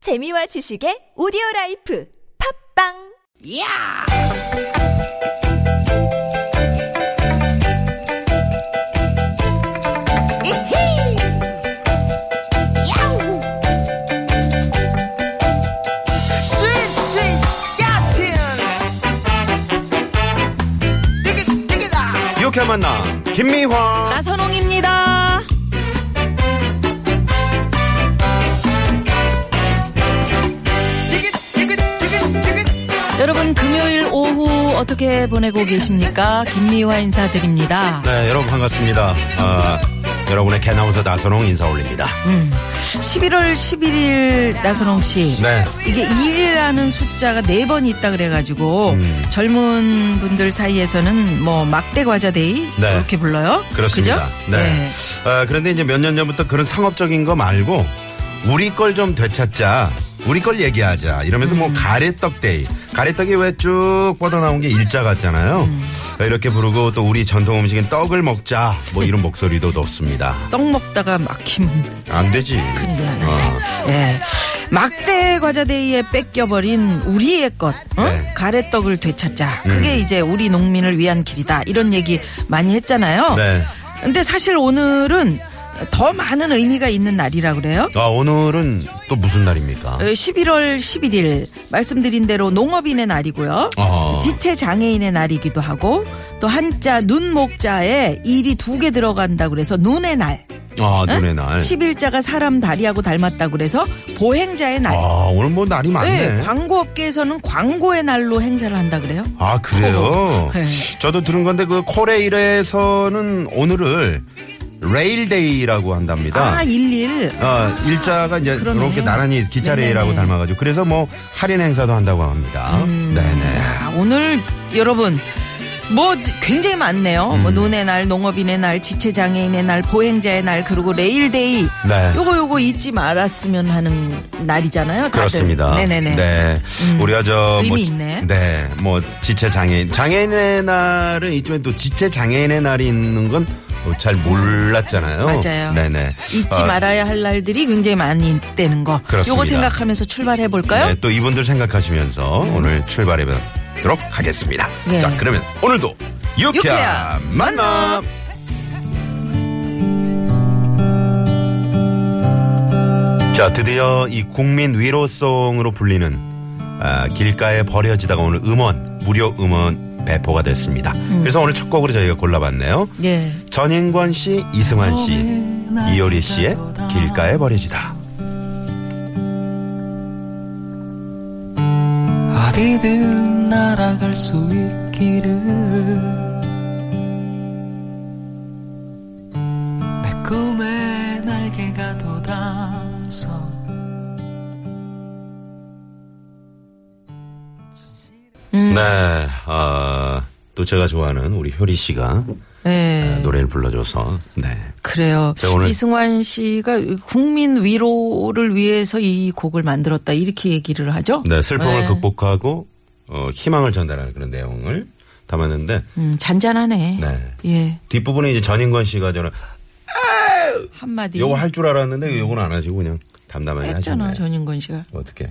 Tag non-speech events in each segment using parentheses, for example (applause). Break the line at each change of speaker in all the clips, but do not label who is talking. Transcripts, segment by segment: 재미와 지식의 오디오 라이프 팝빵
야! 이히! 야우! 스윗 스윗 야틴! 띠깃 띠깃아!
유쾌한 만남 김미화
나선홍입니다.
띠깃 띠깃 띠깃 띠깃
여러분 금요일 오후 어떻게 보내고 계십니까? 김미화 인사드립니다.
네 여러분 반갑습니다 아, 여러분의 개나운서 나선홍 인사 올립니다
11월 11일 나선홍 씨.
네
이게 1이라는 숫자가 4번 있다 그래가지고
음.
젊은 분들 사이에서는 뭐 막대 과자 데이
네.
그렇게 불러요.
그렇습니다
그죠? 예.
네, 아, 그런데 이제 몇 년 전부터 그런 상업적인 거 말고 우리 걸 좀 되찾자 우리 걸 얘기하자 이러면서
음.
뭐 가래떡 데이 가래떡이 왜 쭉 뻗어나온 게 일자 같잖아요
음.
이렇게 부르고 또 우리 전통 음식인 떡을 먹자 뭐 이런 목소리도 높습니다
떡 먹다가 막힘.
안 되지
큰일 나네.
어.
예. 막대 과자 데이에 뺏겨버린 우리의 것, 어?
네. 음.
가래떡을 되찾자. 그게 이제 우리 농민을 위한 길이다. 이런 얘기 많이 했잖아요.
네.
근데 사실 오늘은 더 많은 의미가 있는 날이라 그래요.
아, 오늘은 또 무슨 날입니까
어, 11월 11일 말씀드린 대로 농업인의 날이고요.
어.
지체 장애인의 날이기도 하고 또 한자 눈목자에 일이 두 개 들어간다 그래서 눈의 날.
아
응?
눈의 날
11자가 사람 다리하고 닮았다 그래서 보행자의 날.
아, 오늘 뭐 날이 많네.
네, 광고업계에서는 광고의 날로 행사를 한다 그래요?
아, 그래요?
(laughs) 네.
저도 들은 건데 그 코레일에서는 오늘을 레일데이라고 한답니다.
아, 일일.
어, 일자가 이제
그러네.
이렇게 나란히 기차레일하고
네네네.
닮아가지고 그래서 뭐 할인 행사도 한다고 합니다.
음.
네네.
야, 아, 오늘 여러분 뭐 굉장히 많네요. 뭐
음.
눈의 날, 농업인의 날, 지체장애인의 날, 보행자의 날, 그리고 레일데이.
네.
요거 요거 잊지 말았으면 하는 날이잖아요. 다들.
그렇습니다.
네네네. 음.
네. 우리가 저
의미
뭐,
있네.
네. 뭐 지체 장애인 장애인의 날은 있지만 또 지체 장애인의 날이 있는 건 잘 몰랐잖아요.
맞아요.
네네.
잊지
어,
말아야 할 날들이 굉장히 많이 있다는 거.
그렇습니다.
요거 생각하면서 출발해 볼까요?
네, 또 이분들 생각하시면서 오늘 출발해 보도록 하겠습니다.
예.
자, 그러면 오늘도 유쾌한
유쾌한
만남. 자, 드디어 이 국민 위로송으로 불리는 아, 길가에 버려지다가 오늘 음원 무료 음원 배포가 됐습니다. 그래서 오늘 첫 곡으로 저희가 골라봤네요.
예.
전인권 씨, 이승환 씨, 이효리 씨의 길가에 버려지다.
어디든 날아갈 수 있기를 내 꿈에
네,
날개가 돋아서
음.
네, 아, 또 제가 좋아하는 우리 효리 씨가
예.
아, 노래를 불러줘서 네.
그래요.
네, 오늘-
이승환 씨가 국민 위로를 위해서 이 곡을 만들었다 이렇게 얘기를 하죠.
네, 슬픔을
네.
극복하고 어, 희망을 전달하는 그런 내용을 담았는데
음, 잔잔하네.
네.
예.
뒷부분에 이제 전인권 씨가 저는
한마디
요거 할 줄 알았는데 요건 안 하시고 그냥 담담하게
네. 했잖아
하셨네요.
전인권 씨가
어떻게?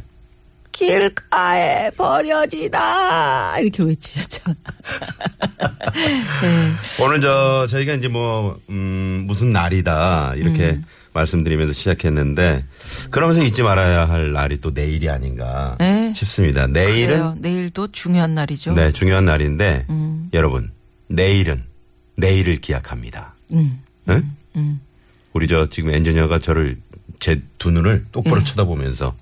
길가에 버려지다 이렇게 외치셨잖아. 네.
오늘 저 저희가 이제 뭐 음, 무슨 날이다 이렇게
음.
말씀드리면서 시작했는데 그러면서 잊지 말아야 할 날이 또 내일이 아닌가
네.
싶습니다. 내일은
그래요. 네, 내일도 중요한 날이죠.
네, 중요한 날인데
음.
여러분 내일은 내일을 기약합니다.
음.
응? 우리 저 지금 엔지니어가 저를 제 두 눈을 똑바로
음.
쳐다보면서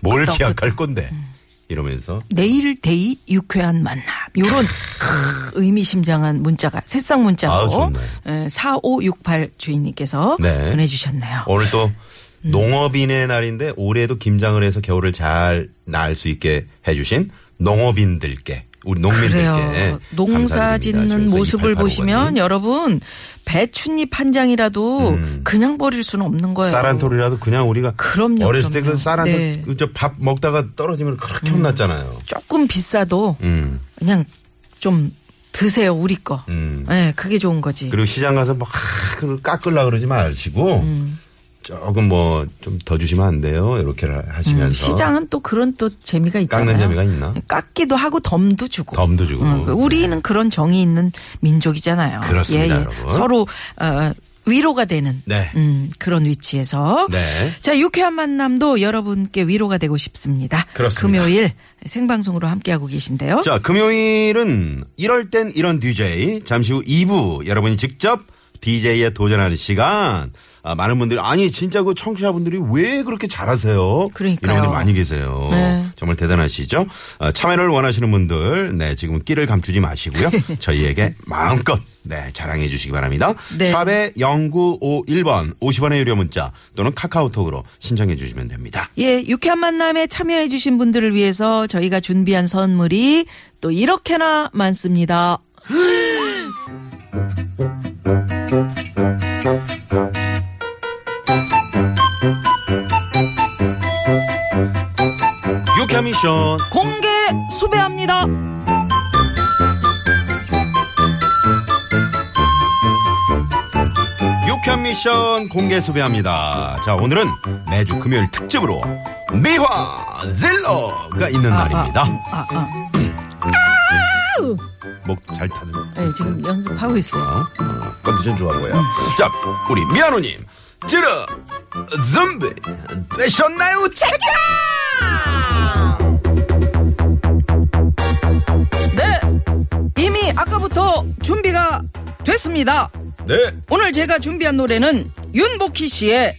뭘
끄덕,
기약할 건데
음.
이러면서
내일 데이 유쾌한 만남. 요런 크, 의미심장한 문자가 새싹
아우,
문자로
좋네.
예, 4568 주인님께서
네.
보내주셨네요.
오늘 또
음.
농업인의 날인데 올해도 김장을 해서 겨울을 잘 나을 수 있게 해주신 농업인들께 우리 농민들께
그래요. 농사
감사드립니다.
짓는
하시면서
모습을
2885
보시면
번님.
여러분 배춧잎 한 장이라도 그냥 버릴 수는 없는 거예요.
음. 쌀 한 톨이라도 그냥 우리가
네. 그럼요,
어렸을 때
그럼요.
그 쌀 한
네. 음.
톨밥 먹다가 떨어지면 그렇게 혼났잖아요.
조금 비싸도
음.
그냥 좀 드세요 우리 거. 예,
음.
그게 좋은 거지. 음.
그리고 시장 가서 막 깎으려 그러지 마시고 조금 뭐 좀 더 주시면 안 돼요. 이렇게 하시면서
음, 시장은 또 그런 또 재미가 있잖아요. 예,
깎는 재미가 있나?
깎기도 하고 덤도 주고.
덤도 주고.
음, 우리는 그런 정이 있는 민족이잖아요. 예,
그렇습니다, 여러분.
서로 어, 위로가 되는
네.
음, 그런 위치에서
네.
자 유쾌한 만남도 여러분께 위로가 되고 싶습니다.
그렇습니다.
금요일 생방송으로 함께하고 계신데요.
자, 금요일은 이럴 땐 이런 DJ, 잠시 후 2부 여러분이 직접 DJ에 도전하는 시간. 아, 많은 분들이 아니 진짜 그 청취자분들이 왜 그렇게 잘하세요?
그러니까요.
이런 분들 많이 계세요.
네.
정말 대단하시죠? 아, 참여를 원하시는 분들, 네 지금 은 끼를 감추지
(laughs)
마시고요. 저희에게 마음껏 네 자랑해 주시기 바랍니다.
네.
샵의 0951번 50원의 유료 문자 또는 카카오톡으로 신청해 주시면 됩니다.
예, 유쾌한 만남에 참여해주신 분들을 위해서 저희가 준비한 선물이 또 이렇게나 많습니다.
유쾌한 미션.
공개 수배합니다.
유쾌한 미션 공개 수배합니다. 자, 오늘은 매주 금요일 특집으로 미화 젤러가 있는 날입니다.
아, 아.
목 잘 타는 거.
예, 지금 연습하고 있어요.
어? 어, 컨디션 좋아 보여. 자, 우리 미아노님, 찌르, 준비, 되셨나요? 체키라!
네! 이미 아까부터 준비가 됐습니다.
네.
오늘 제가 준비한 노래는 윤복희 씨의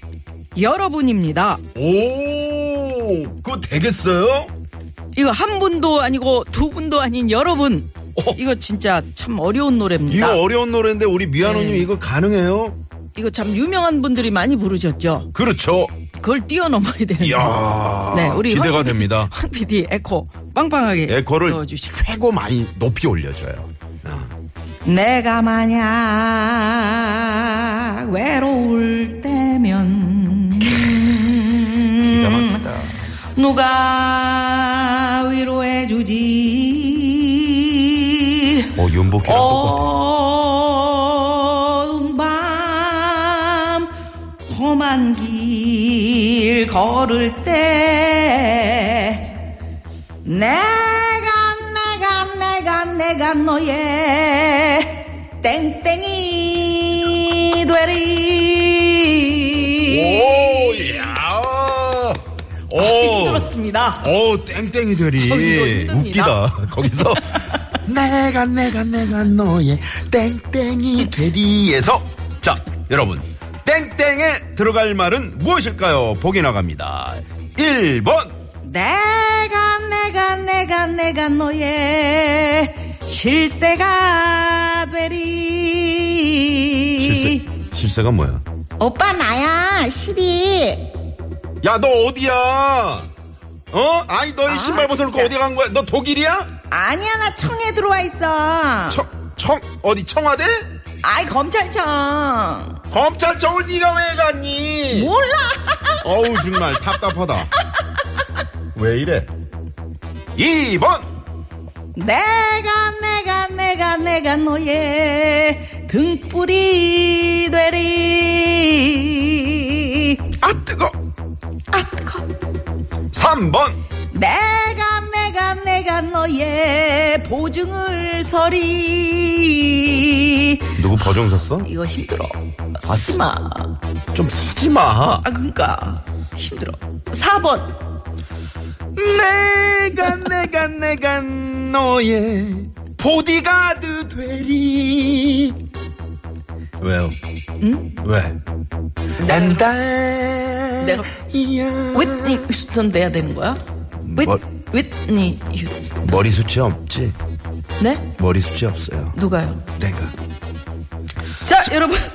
여러분입니다.
오, 그거 되겠어요?
이거 한 분도 아니고 두 분도 아닌 여러분.
어.
이거 진짜 참 어려운 노래입니다.
이거 어려운 노래인데 우리 미아노님
네.
이거 가능해요?
이거 참 유명한 분들이 많이 부르셨죠.
그렇죠.
그걸 뛰어넘어야 되는 거.
이야.
네, 우리
기대가
황 PD. (laughs)
됩니다.
황 PD 에코 빵빵하게
에코를
넣어주시고.
예, 최고 많이 높이 올려줘요. 아.
내가 만약 외로울 때면
기가 막히다.
누가 위로해주지
어, 윤복희랑 똑같아.
어두운 밤 험한 길 걸을 때 내가 내가 내가 내가 너의 땡땡이 되리
오, 야. 오.
힘들었습니다
오, 땡땡이
아, 어, 이거
되리.
힘듭니다.
웃기다. 거기서 (laughs) 내가 내가 내가 너의 땡땡이 되리에서 자, 여러분. 땡땡에 들어갈 말은 무엇일까요? 보기 나갑니다. 1번
내가 내가 내가 내가 너의 실세가 되리
실세. 실세가 뭐야?
오빠 나야 실이
야, 너 어디야? 어? 아니, 너의 신발 벗어놓고 어디 간 거야? 너 독일이야?
아니야 나 청에 들어와 있어
청, 청, 어디, 청와대?
아이 검찰청
검찰청을 네가 왜 갔니?
몰라
어우, 정말 답답하다. 왜 이래? 2번!
내가 내가 내가 내가 너의 등불이 되리
아, 뜨거!
아 뜨거
3번!
내가 내가 내가 너의 보증을 서리
누구 버정 샀어?
이거 힘들어
아,
쓰마
좀 서지 마.
아 그니까 힘들어 4번
내가, 내가, 내가 너의 보디가드 되리. 왜요? 응? 왜? 난다.
네. 내가- 윗니 휴스턴 돼야 되는 거야? 윗,
뭐-
윗니 휴스턴
머리 숱이 없지?
네?
머리 숱이 없어요.
누가요?
내가.
자 여러분 (laughs)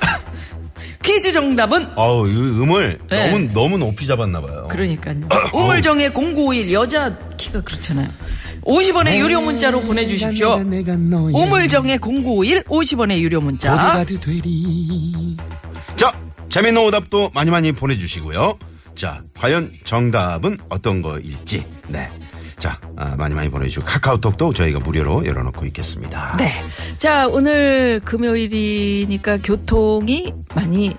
퀴즈 정답은
아우, 이 음을
네.
너무, 너무 높이 잡았나봐요.
그러니까요
(coughs)
우물정의 0951 여자 키가 그렇잖아요 50원의
네.
유료 문자로 보내주십시오 우물정의 0951 50원의 유료 문자
자, 재밌는 오답도 많이 많이 보내주시고요. 자, 과연 정답은 어떤 거일지. 네. 자, 아, 많이 많이 보내주시고, 카카오톡도 저희가 무료로 열어놓고 있겠습니다.
네. 자, 오늘 금요일이니까 교통이 많이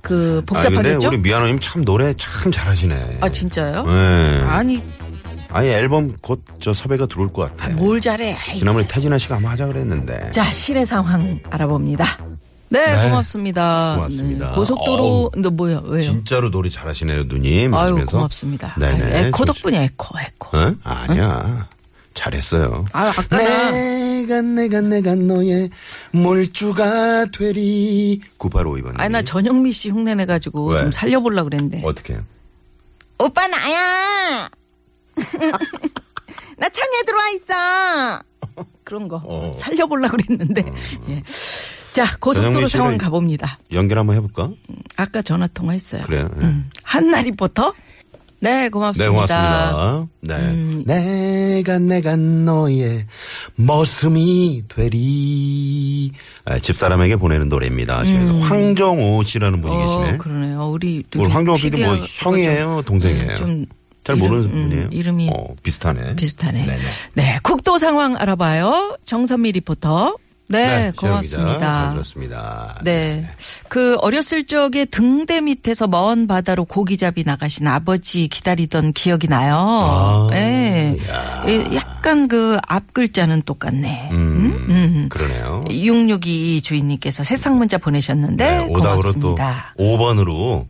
그
아니, 근데
복잡하겠죠?
우리 미아노님 참 노래 참 잘하시네.
아 진짜요?
예.
아니
아니 앨범 곧 저 섭외가 들어올 것 같아. 요
뭘 잘해?
지난번에 태진아 씨가 아마 하자 그랬는데.
뭐. 자 시내 상황 알아봅니다. 네,
네.
고맙습니다.
고맙습니다.
네, 고속도로 너 뭐야 왜요?
진짜로 노래 잘하시네요, 누님.
아유
하시면서.
고맙습니다.
네네.
아유, 에코
좋지.
덕분이야 에코 에코.
어? 아니야. 잘했어요.
아 아까나
내가 내가 내가 너의 몰주가 되리. 9852번.
아니 나 전영미 씨 흉내 내 가지고
음. 왜?
좀 살려보려고 그랬는데
어떻게 해요?
오빠 나야 (laughs) 나 창에 들어와 있어 그런 거
어. 음.
살려보려고 그랬는데 예. 자 고속도로
전영미 씨를
상황 가봅니다
연결 한번 해볼까?
아까 전화 통화했어요
그래요. 예.
음, 한나 리포터 네 고맙습니다 음.
네, 고맙습니다. 네. 내가, 내가 너의 머슴이 되리. 아, 집사람에게 보내는 노래입니다. 하시면서 황정호 씨라는 분이 계시네.
음. 어, 그러네요 우리
오늘 황정호 씨도 뭐
피디하고
형이에요, 동생이에요?
좀
잘
이름,
모르는
음,
분이에요.
이름이
어, 비슷하네.
비슷하네.
네네.
네, 국도 상황 알아봐요. 정선미 리포터. 네,
최영 기자, 잘
고맙습니다.
들었습니다.
네. 그 어렸을 적에 등대 밑에서 먼 바다로 고기잡이 나가신 아버지 기다리던 기억이 나요.
아,
예.
이야.
예, 약간 그 앞 글자는 똑같네.
음, 그러네요.
6622 주인님께서 세상 문자 보내셨는데
네, 오답으로
고맙습니다. 음.
또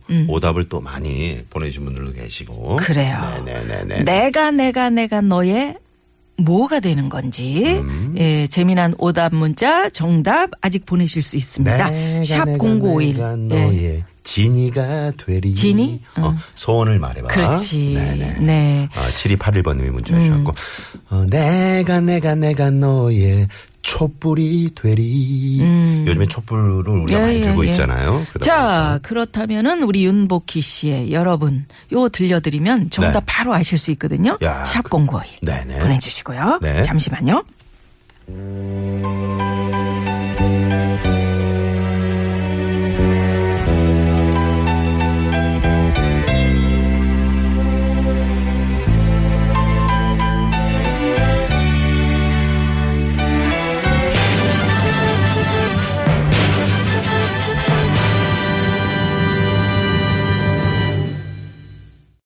5번으로 오답을 또 많이 보내주신 분들도 계시고.
그래요.
네네네네.
내가 내가 내가 너의 뭐가 되는 건지
음.
예, 재미난 오답 문자 정답 아직 보내실 수 있습니다. 네. 샵
내가
0951.
너의
예.
진이가 되리.
진이?
어, 소원을 말해봐.
그렇지.
네네.
네. 음.
아, 7281번님이 문자 주셨고. 어, 내가, 내가, 내가 너의 촛불이 되리. 요즘에 촛불을 우리가
음. 예,
많이
예,
들고
예.
있잖아요. 그러다
자, 그렇다면은 우리 윤복희 씨의 여러분 요 들려드리면 정답
네.
바로 아실 수 있거든요.
야,
샵
그-
0951.
네네.
보내 주시고요.
네.
잠시만요.
보니까.